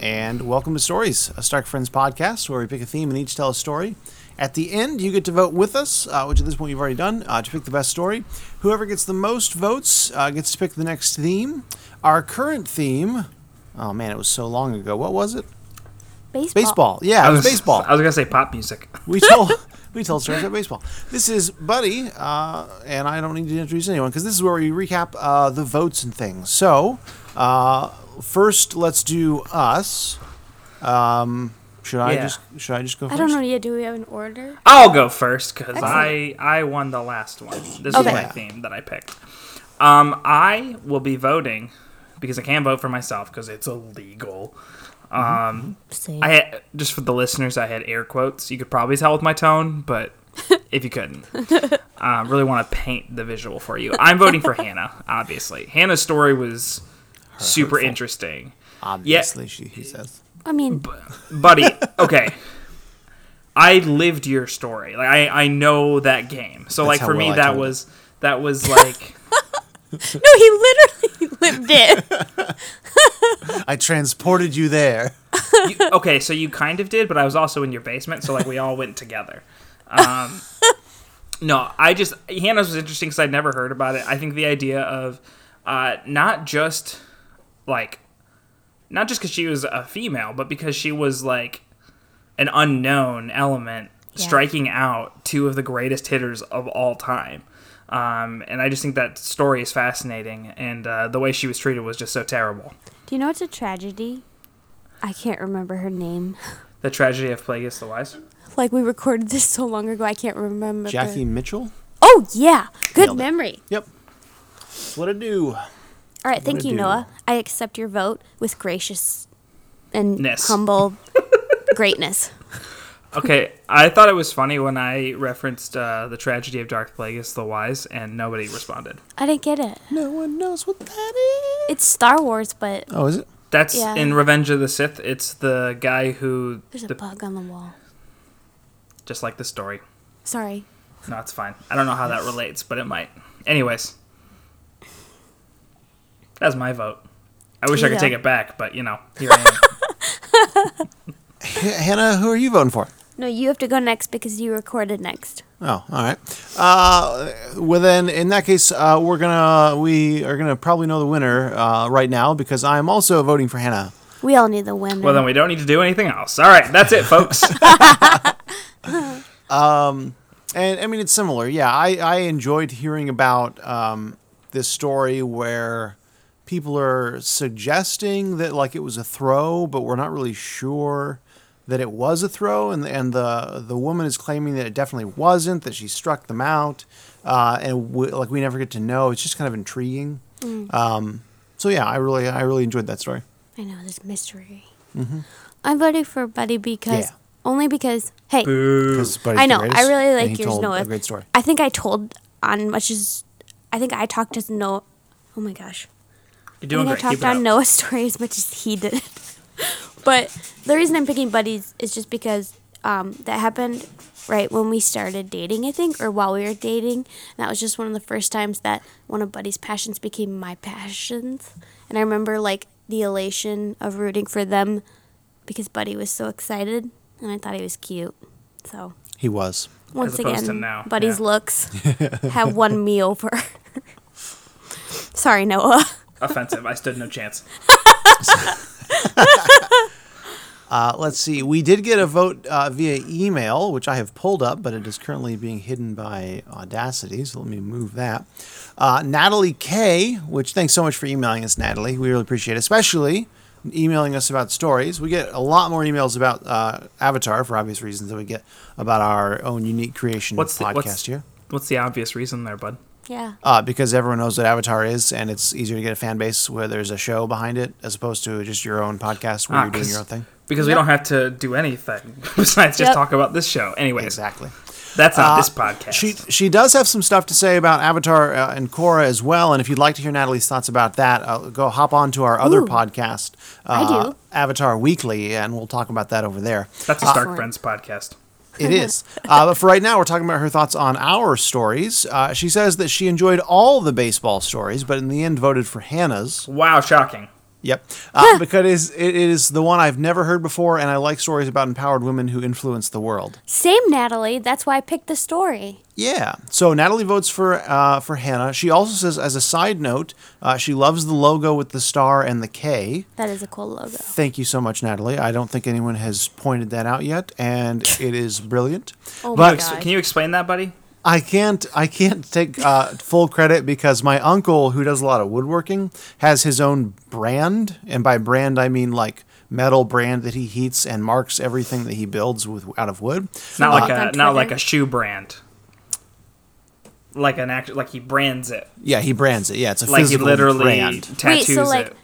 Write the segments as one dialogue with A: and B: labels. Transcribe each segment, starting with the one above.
A: and welcome to Stories, a Stark Friends podcast where we pick a theme and each tell a story. At the end, you get to vote with us, uh, which at this point you've already done, uh, to pick the best story. Whoever gets the most votes uh, gets to pick the next theme. Our current theme, oh man, it was so long ago. What was it?
B: Baseball.
A: Baseball. Yeah, it was baseball.
C: Uh, I was gonna say pop music.
A: We told we told stories about baseball. This is Buddy, uh, and I don't need to introduce anyone because this is where we recap uh, the votes and things. So, uh, first, let's do us. Um, should I
C: Yeah.
A: just should I just go
B: I
A: first?
B: don't know yet. Do we have an order?
C: I'll go first because I I won the last one. This
B: Okay.
C: is my
A: Yeah.
C: theme that I picked. Um, I will be voting because I can't vote for myself because it's illegal.
B: Same.
C: I had, just for the listeners, I had air quotes. You could probably tell with my tone, but if you couldn't, I really want to paint the visual for you. I'm voting for Hannah, obviously. Hannah's story was super
A: hurtful.
C: interesting,
A: Obviously, she, he says.
B: I mean,
C: buddy. Okay, I lived your story. Like I, I know that game. So like
A: how
C: for
A: well
C: me,
A: I
C: that
A: told it.
C: was that was like
B: no, he literally lived it.
A: I transported you there.
C: you, okay. So you kind of did, but I was also in your basement. So like we all went together. Um, No, I just Hannah's was interesting because I'd never heard about it. I think the idea of uh, not just like not just because she was a female, but because she was like an unknown element striking out two of the greatest hitters of all time. Um, and I just think that story is fascinating, and uh, the way she was treated was just so terrible.
B: Do you know it's a tragedy? I can't remember her name.
C: The tragedy of Plagueis the Wise.
B: Like we recorded this so long ago, I can't remember. the-
A: Jackie Mitchell.
B: Oh yeah, good
A: Nailed it.
B: memory.
A: Yep. What I do?
B: All right, thank
A: What'd it
B: you,
A: do?
B: Noah. I accept your vote with gracious and
C: Ness.
B: humble greatness.
C: Okay, I thought it was funny when I referenced uh, the tragedy of Dark Plagueis the Wise, and nobody responded.
B: I didn't get it.
A: No one knows what that is.
B: It's Star Wars, but
A: Oh, is it?
C: That's
B: Yeah.
C: in Revenge of the Sith. It's the guy who
B: there's a
C: the-
B: bug on the wall.
C: just like the story.
B: Sorry.
C: No, it's fine. I don't know how that relates, but it might. Anyways, that's my vote. I wish I
B: You
C: could
B: go.
C: take it back, but you know, here I am.
A: H- Hannah, who are you voting for?
B: No, you have to go next because you recorded next.
A: Oh, all right. Uh, well, then in that case, uh, we're gonna we are gonna probably know the winner uh, right now because I am also voting for Hannah.
B: We all need the winner.
C: well, then we don't need to do anything else. All right, that's it, folks.
A: And I mean, it's similar. Yeah, I, I enjoyed hearing about um, this story where people are suggesting that like it was a throw, but we're not really sure that it was a throw, and and the the woman is claiming that it definitely wasn't. That she struck them out, uh, and we, like we never get to know. It's just kind of intriguing. Um, so yeah, I really I really enjoyed that story.
B: I know this mystery. I'm voting for Buddy because
A: Yeah.
B: only because hey,
A: 'Cause Buddy's
B: I
A: the
B: know I
A: greatest,
B: really
A: and
B: like
A: he
B: yours,
A: told
B: Noah.
A: A great story.
B: I think I told on much as I think I talked as Noah. Oh my gosh, I
C: You're doing
B: think
C: great.
B: I
C: Keep
B: talked
C: it up.
B: on Noah's story as much as he did. but the reason I'm picking buddies is just because um, that happened right when we started dating, I think, or while we were dating. And that was just one of the first times that one of Buddy's passions became my passions. And I remember like the elation of rooting for them because Buddy was so excited and I thought he was cute. So
A: He was.
B: once again,
C: opposed to now,
B: Buddy's
C: yeah.
B: looks have won me over. Sorry, Noah.
C: Offensive. I stood no chance.
A: Uh, let's see. We did get a vote uh, via email, which I have pulled up, but it is currently being hidden by Audacity. So let me move that. Uh, Natalie K, which thanks so much for emailing us, Natalie. We really appreciate it, especially emailing us about stories. We get a lot more emails about uh, Avatar for obvious reasons than we get about our own unique creation
C: What's the,
A: podcast
C: what's,
A: here.
C: what's the obvious reason there, bud?
B: Yeah.
A: Uh, because everyone knows what Avatar is, and it's easier to get a fan base where there's a show behind it as opposed to just your own podcast where
C: Ah,
A: you're doing
C: 'cause-
A: your own thing.
C: Because we don't have to do anything besides just
B: Yep.
C: talk about this show. Anyways,
A: Exactly.
C: that's not this
A: Uh,
C: podcast.
A: She she does have some stuff to say about Avatar uh, and Korra as well. And if you'd like to hear Natalie's thoughts about that, uh, go hop on to our other
B: Ooh.
A: podcast, uh,
B: do.
A: Avatar Weekly, and we'll talk about that over there. Uh,
C: that's a Stark
B: Excellent.
C: Friends podcast.
A: It is. Uh, but for right now, we're talking about her thoughts on our stories. Uh, she says that she enjoyed all the baseball stories, but in the end voted for Hannah's.
C: Wow, shocking.
A: Yep. Uh, because it is the one I've never heard before, and I like stories about empowered women who influence the world.
B: Same, Natalie. That's why I picked the story.
A: Yeah. So Natalie votes for uh, for Hannah. She also says, as a side note, uh, she loves the logo with the star and the K.
B: That is a cool logo.
A: Thank you so much, Natalie. I don't think anyone has pointed that out yet, and it is brilliant.
B: Oh my
A: but
B: God.
C: Can you explain that, buddy?
A: I can't I can't take uh, full credit because my uncle, who does a lot of woodworking, has his own brand, and by brand I mean like metal brand that he heats and marks everything that he builds with out of wood.
C: Not
B: Uh,
C: like
B: on
C: a
B: Twitter.
C: not like a shoe brand. Like an act, like he brands it.
A: Yeah, he brands it. Yeah, it's a
C: Like he
A: physical
C: literally
A: brand.
C: tattoos
B: like,
C: it.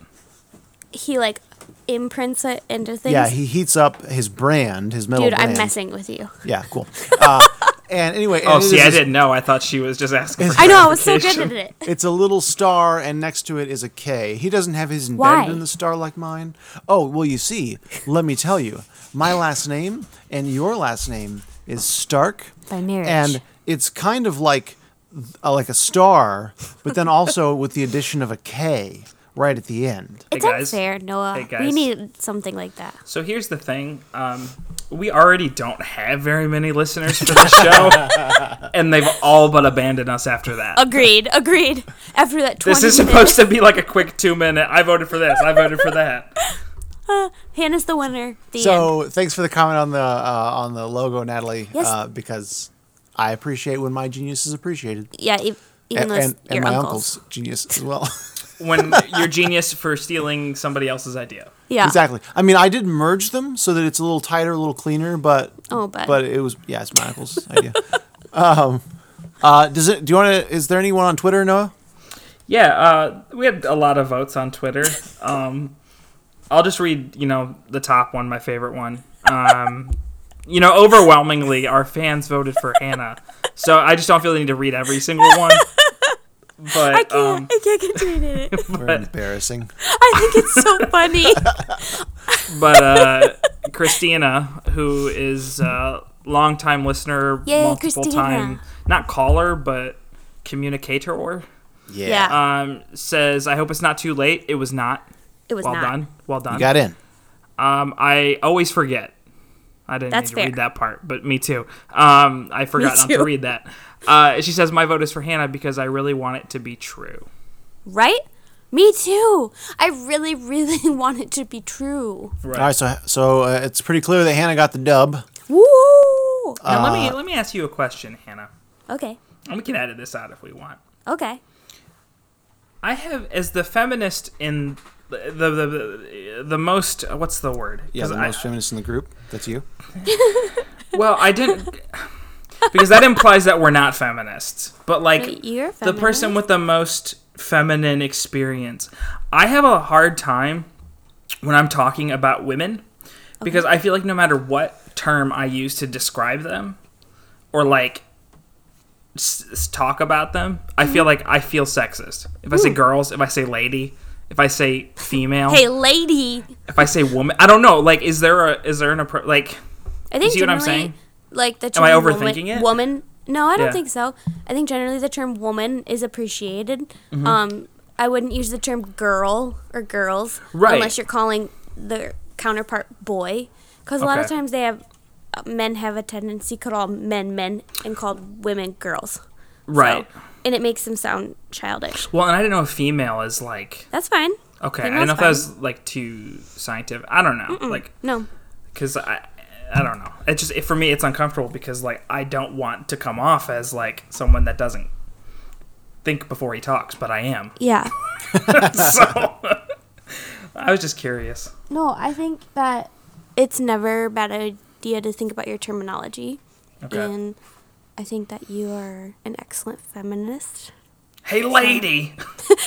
B: He like imprints it into things.
A: Yeah, he heats up his brand, his metal
B: Dude,
A: brand.
B: I'm messing with you.
A: Yeah, cool. Uh, and anyway,
C: Oh,
A: and it
C: see,
A: is
C: I
A: this-
C: didn't know. I thought she was just asking. For
B: I know. I was so good
C: clarification.
B: at it.
A: It's a little star, and next to it is a K. He doesn't have his
B: Why?
A: embedded in the star like mine. Oh, well, you see, let me tell you, my last name and your last name is Stark.
B: By marriage.
A: And it's kind of like uh, like a star, but then also with the addition of a K right at the end.
B: It's
C: guys.
B: unfair, Noah.
C: Hey,
B: We
C: guys.
B: need something like that.
C: So here's the thing. Um, we already don't have very many listeners for the show, and they've all but abandoned us after that.
B: Agreed. Agreed. After that 20
C: this is supposed to be like a quick two minute. I voted for this. I voted for that.
B: Hannah's the winner. The end.
A: So thanks for the comment on the uh, on the logo, Natalie,
B: Yes.
A: uh, because I appreciate when my genius is appreciated.
B: Yeah, e- even
A: And,
B: though it's
A: and, and
B: your
A: my
B: uncle's.
A: uncle's genius as well.
C: When you're genius for stealing somebody else's idea.
B: Yeah.
A: Exactly. I mean, I did merge them so that it's a little tighter, a little cleaner, but
B: Oh, bud.
A: but it was yeah, it's my uncle's idea. Um, uh, does it? Do you want to? Is there anyone on Twitter, Noah?
C: Yeah, uh, we had a lot of votes on Twitter. Um, I'll just read, you know, the top one, my favorite one. Um, you know, overwhelmingly, our fans voted for Hannah, so I just don't feel the need to read every single one. But
B: I can't.
C: um,
B: I can't continue it.
A: We're embarrassing.
B: I think it's so funny.
C: but uh, Christina, who is a longtime listener,
B: Yay,
C: multiple
B: Christina.
C: time not caller but communicator,
A: Yeah.
B: Yeah.
C: um, says, "I hope it's not too late. It was not.
B: it was
C: well
B: not.
C: done. Well done.
A: You got in.
C: Um, I always forget. I didn't
B: That's
C: need to
B: fair.
C: read that part, but me too. Um, I forgot not
B: too.
C: to read that. Uh, she says, "My vote is for Hannah because I really want it to be true."
B: Right? Me too. I really, really want it to be true.
C: Right.
A: All right. So so uh, it's pretty clear that Hannah got the dub.
B: Woo!
C: Now let
A: Uh,
C: me let me ask you a question, Hannah.
B: okay.
C: And we can edit this out if we want.
B: Okay.
C: I have as the feminist in the the the, the most uh, what's the word?
A: Yeah,
C: 'Cause
A: the
C: I-
A: most feminist in the group. That's you.
C: well, I didn't because that implies that we're not feminists. But like
B: Wait, you're
C: the person
B: feminist?
C: with the most feminine experience, I have a hard time when I'm talking about women because I feel like no matter what term I use to describe them or like s- s- talk about them, I
B: Mm-hmm.
C: feel like I feel sexist. If I say girls, if I say lady, if I say female,
B: Hey, lady.
C: if I say woman, I don't know. Like, is there a is there an appro- like?
B: I think
C: see what I'm
B: generally,
C: saying?
B: Like the
C: Am
B: term
C: I
B: woman,
C: overthinking it?
B: Woman. No, I don't
C: Yeah.
B: think so. I think generally the term woman is appreciated.
C: Mm-hmm.
B: Um, I wouldn't use the term girl or girls
C: Right.
B: unless you're calling the counterpart boy, because a lot of
C: Okay.
B: times they have uh, men have a tendency to call men men and call women girls.
C: Right.
B: So- and it makes them sound childish.
C: Well, and I didn't know if female is like
B: That's fine.
C: okay. I
B: Female's
C: didn't know if that
B: fine.
C: was like too scientific. I don't know, like
B: No.
C: because I I don't know. It just it, for me it's uncomfortable because like I don't want to come off as like someone that doesn't think before he talks, but I am.
B: Yeah.
C: so I was just curious.
B: No, I think that it's never a bad idea to think about your terminology.
C: Okay.
B: And I think that you are an excellent feminist.
C: Hey, lady,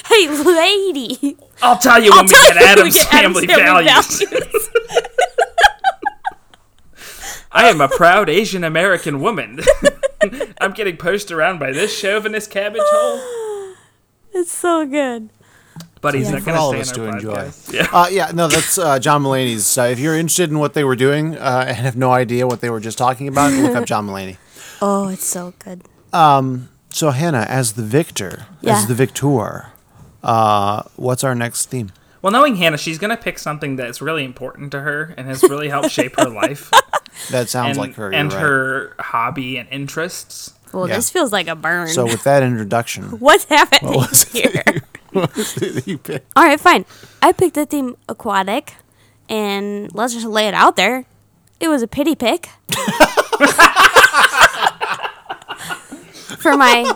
B: Hey, lady!
C: I'll tell you when we
B: Tell
C: get
B: you we
C: Adam's
B: get
C: family
B: Adam's
C: values. I am a proud Asian American woman. I'm getting pushed around by this chauvinist cabbage hole.
B: it's so good.
C: But he's not
A: For
C: going
A: all of
C: to
A: us
C: stay
A: to
C: in our
A: enjoy.
C: podcast. Yeah.
A: Uh, yeah. No, that's uh, John Mulaney's. Uh, if you're interested in what they were doing uh, and have no idea what they were just talking about, look up John Mulaney.
B: Oh, it's so good.
A: So Hannah, as the victor,
B: Yeah.
A: as the victor, uh, what's our next theme?
C: Well, knowing Hannah, she's gonna pick something that's really important to her and has really helped shape her life
A: That sounds
C: and,
A: like her.
C: and
A: you're right.
C: her hobby and interests.
B: Well,
A: Yeah.
B: this feels like a burn.
A: So with that introduction,
B: What's happening
A: was
B: here?
A: you picked-
B: All right, fine. I picked the theme aquatic, and let's just lay it out there. It was a pity pick for my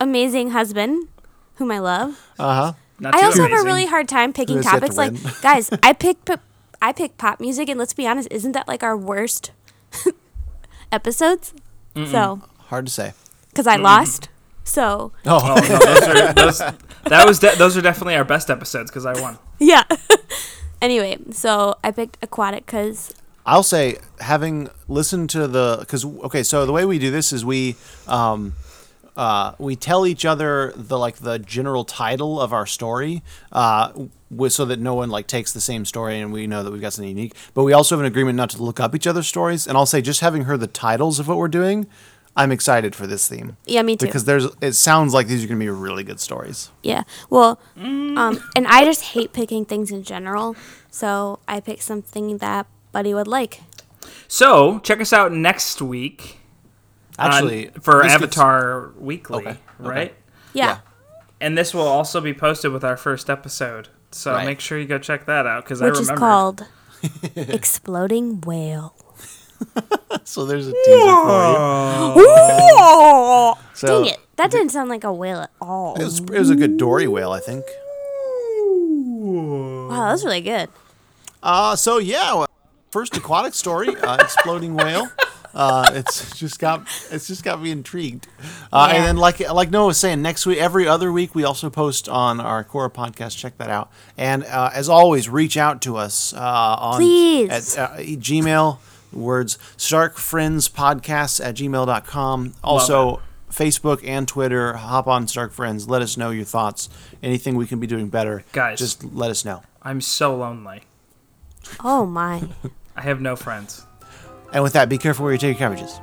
B: amazing husband, whom I love.
C: Not
B: I
C: too
B: also have
C: amazing.
B: a really hard time picking
A: has yet to
B: topics. Like,
A: win.
B: guys, I pick pop- I pick pop music, and let's be honest, isn't that like our worst episodes? So,
A: hard to say.
B: because I lost. So,
A: Oh,
C: No, those are those. That was de- those are definitely our best episodes because I won.
B: yeah. anyway, so I picked aquatic because
A: I'll say having listened to the because okay, so the way we do this is we um, uh, we tell each other the like the general title of our story, uh, w- so that no one like takes the same story and we know that we've got something unique. But we also have an agreement not to look up each other's stories. And I'll say just having heard the titles of what we're doing, I'm excited for this theme.
B: Yeah, me too.
A: Because there's it sounds like these are going to be really good stories.
B: Yeah. Well, um, and I just hate picking things in general, so I picked something that Buddy would like.
C: So check us out next week. on-
A: Actually,
C: for
A: this could-
C: Avatar Weekly,
A: Okay, okay.
C: right?
B: Yeah.
C: And this will also be posted with our first episode. So
A: Right.
C: make sure you go check that out because I
B: Which
C: remember.
B: is called Exploding Whale.
A: so there's a teaser for you. So
B: Dang it. That didn't sound like a whale at all.
A: It was, it was a good dory whale, I think.
B: Wow, that was really good.
A: Uh, so yeah, well, first aquatic story, uh, exploding whale. Uh, it's just got it's just got me intrigued. Uh,
B: Yeah.
A: And then like like Noah was saying, next week, every other week, we also post on our Cora podcast. Check that out. And uh, as always, reach out to us uh, on
B: Please.
A: at uh, Gmail words starkfriendspodcast at gmail.com. Also. Facebook and Twitter, hop on Stark Friends. Let us know your thoughts. Anything we can be doing better,
C: Guys.
A: Just let us know.
C: I'm so lonely.
B: Oh my.
C: I have no friends.
A: And with that, be careful where you take your cabbages.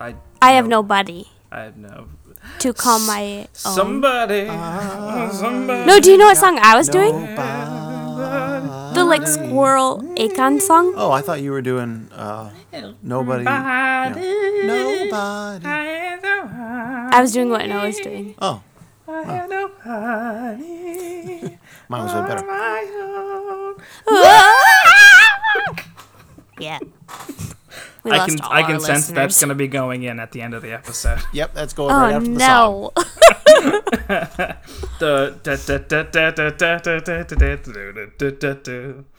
C: I
B: I have nobody
C: I have no.
B: to call my own.
C: Somebody.
A: Ah.
C: somebody.
B: no, do you know what song I was doing? Mm-hmm.
A: Nobody.
B: The like squirrel Akon song?
A: Oh, I thought you were doing uh, nobody.
C: Nobody.
A: yeah. Nobody.
C: I have
B: I was doing what Noah was doing.
A: Oh,
C: nobody.
A: mine was way better.
C: My own.
B: yeah. We
C: I
B: lost
C: can
B: all
C: I
B: our
C: can sense that's
B: listeners.
C: gonna be going in at the end of the episode.
A: Yep, that's going right
B: Oh
A: after the song.
B: no.
C: The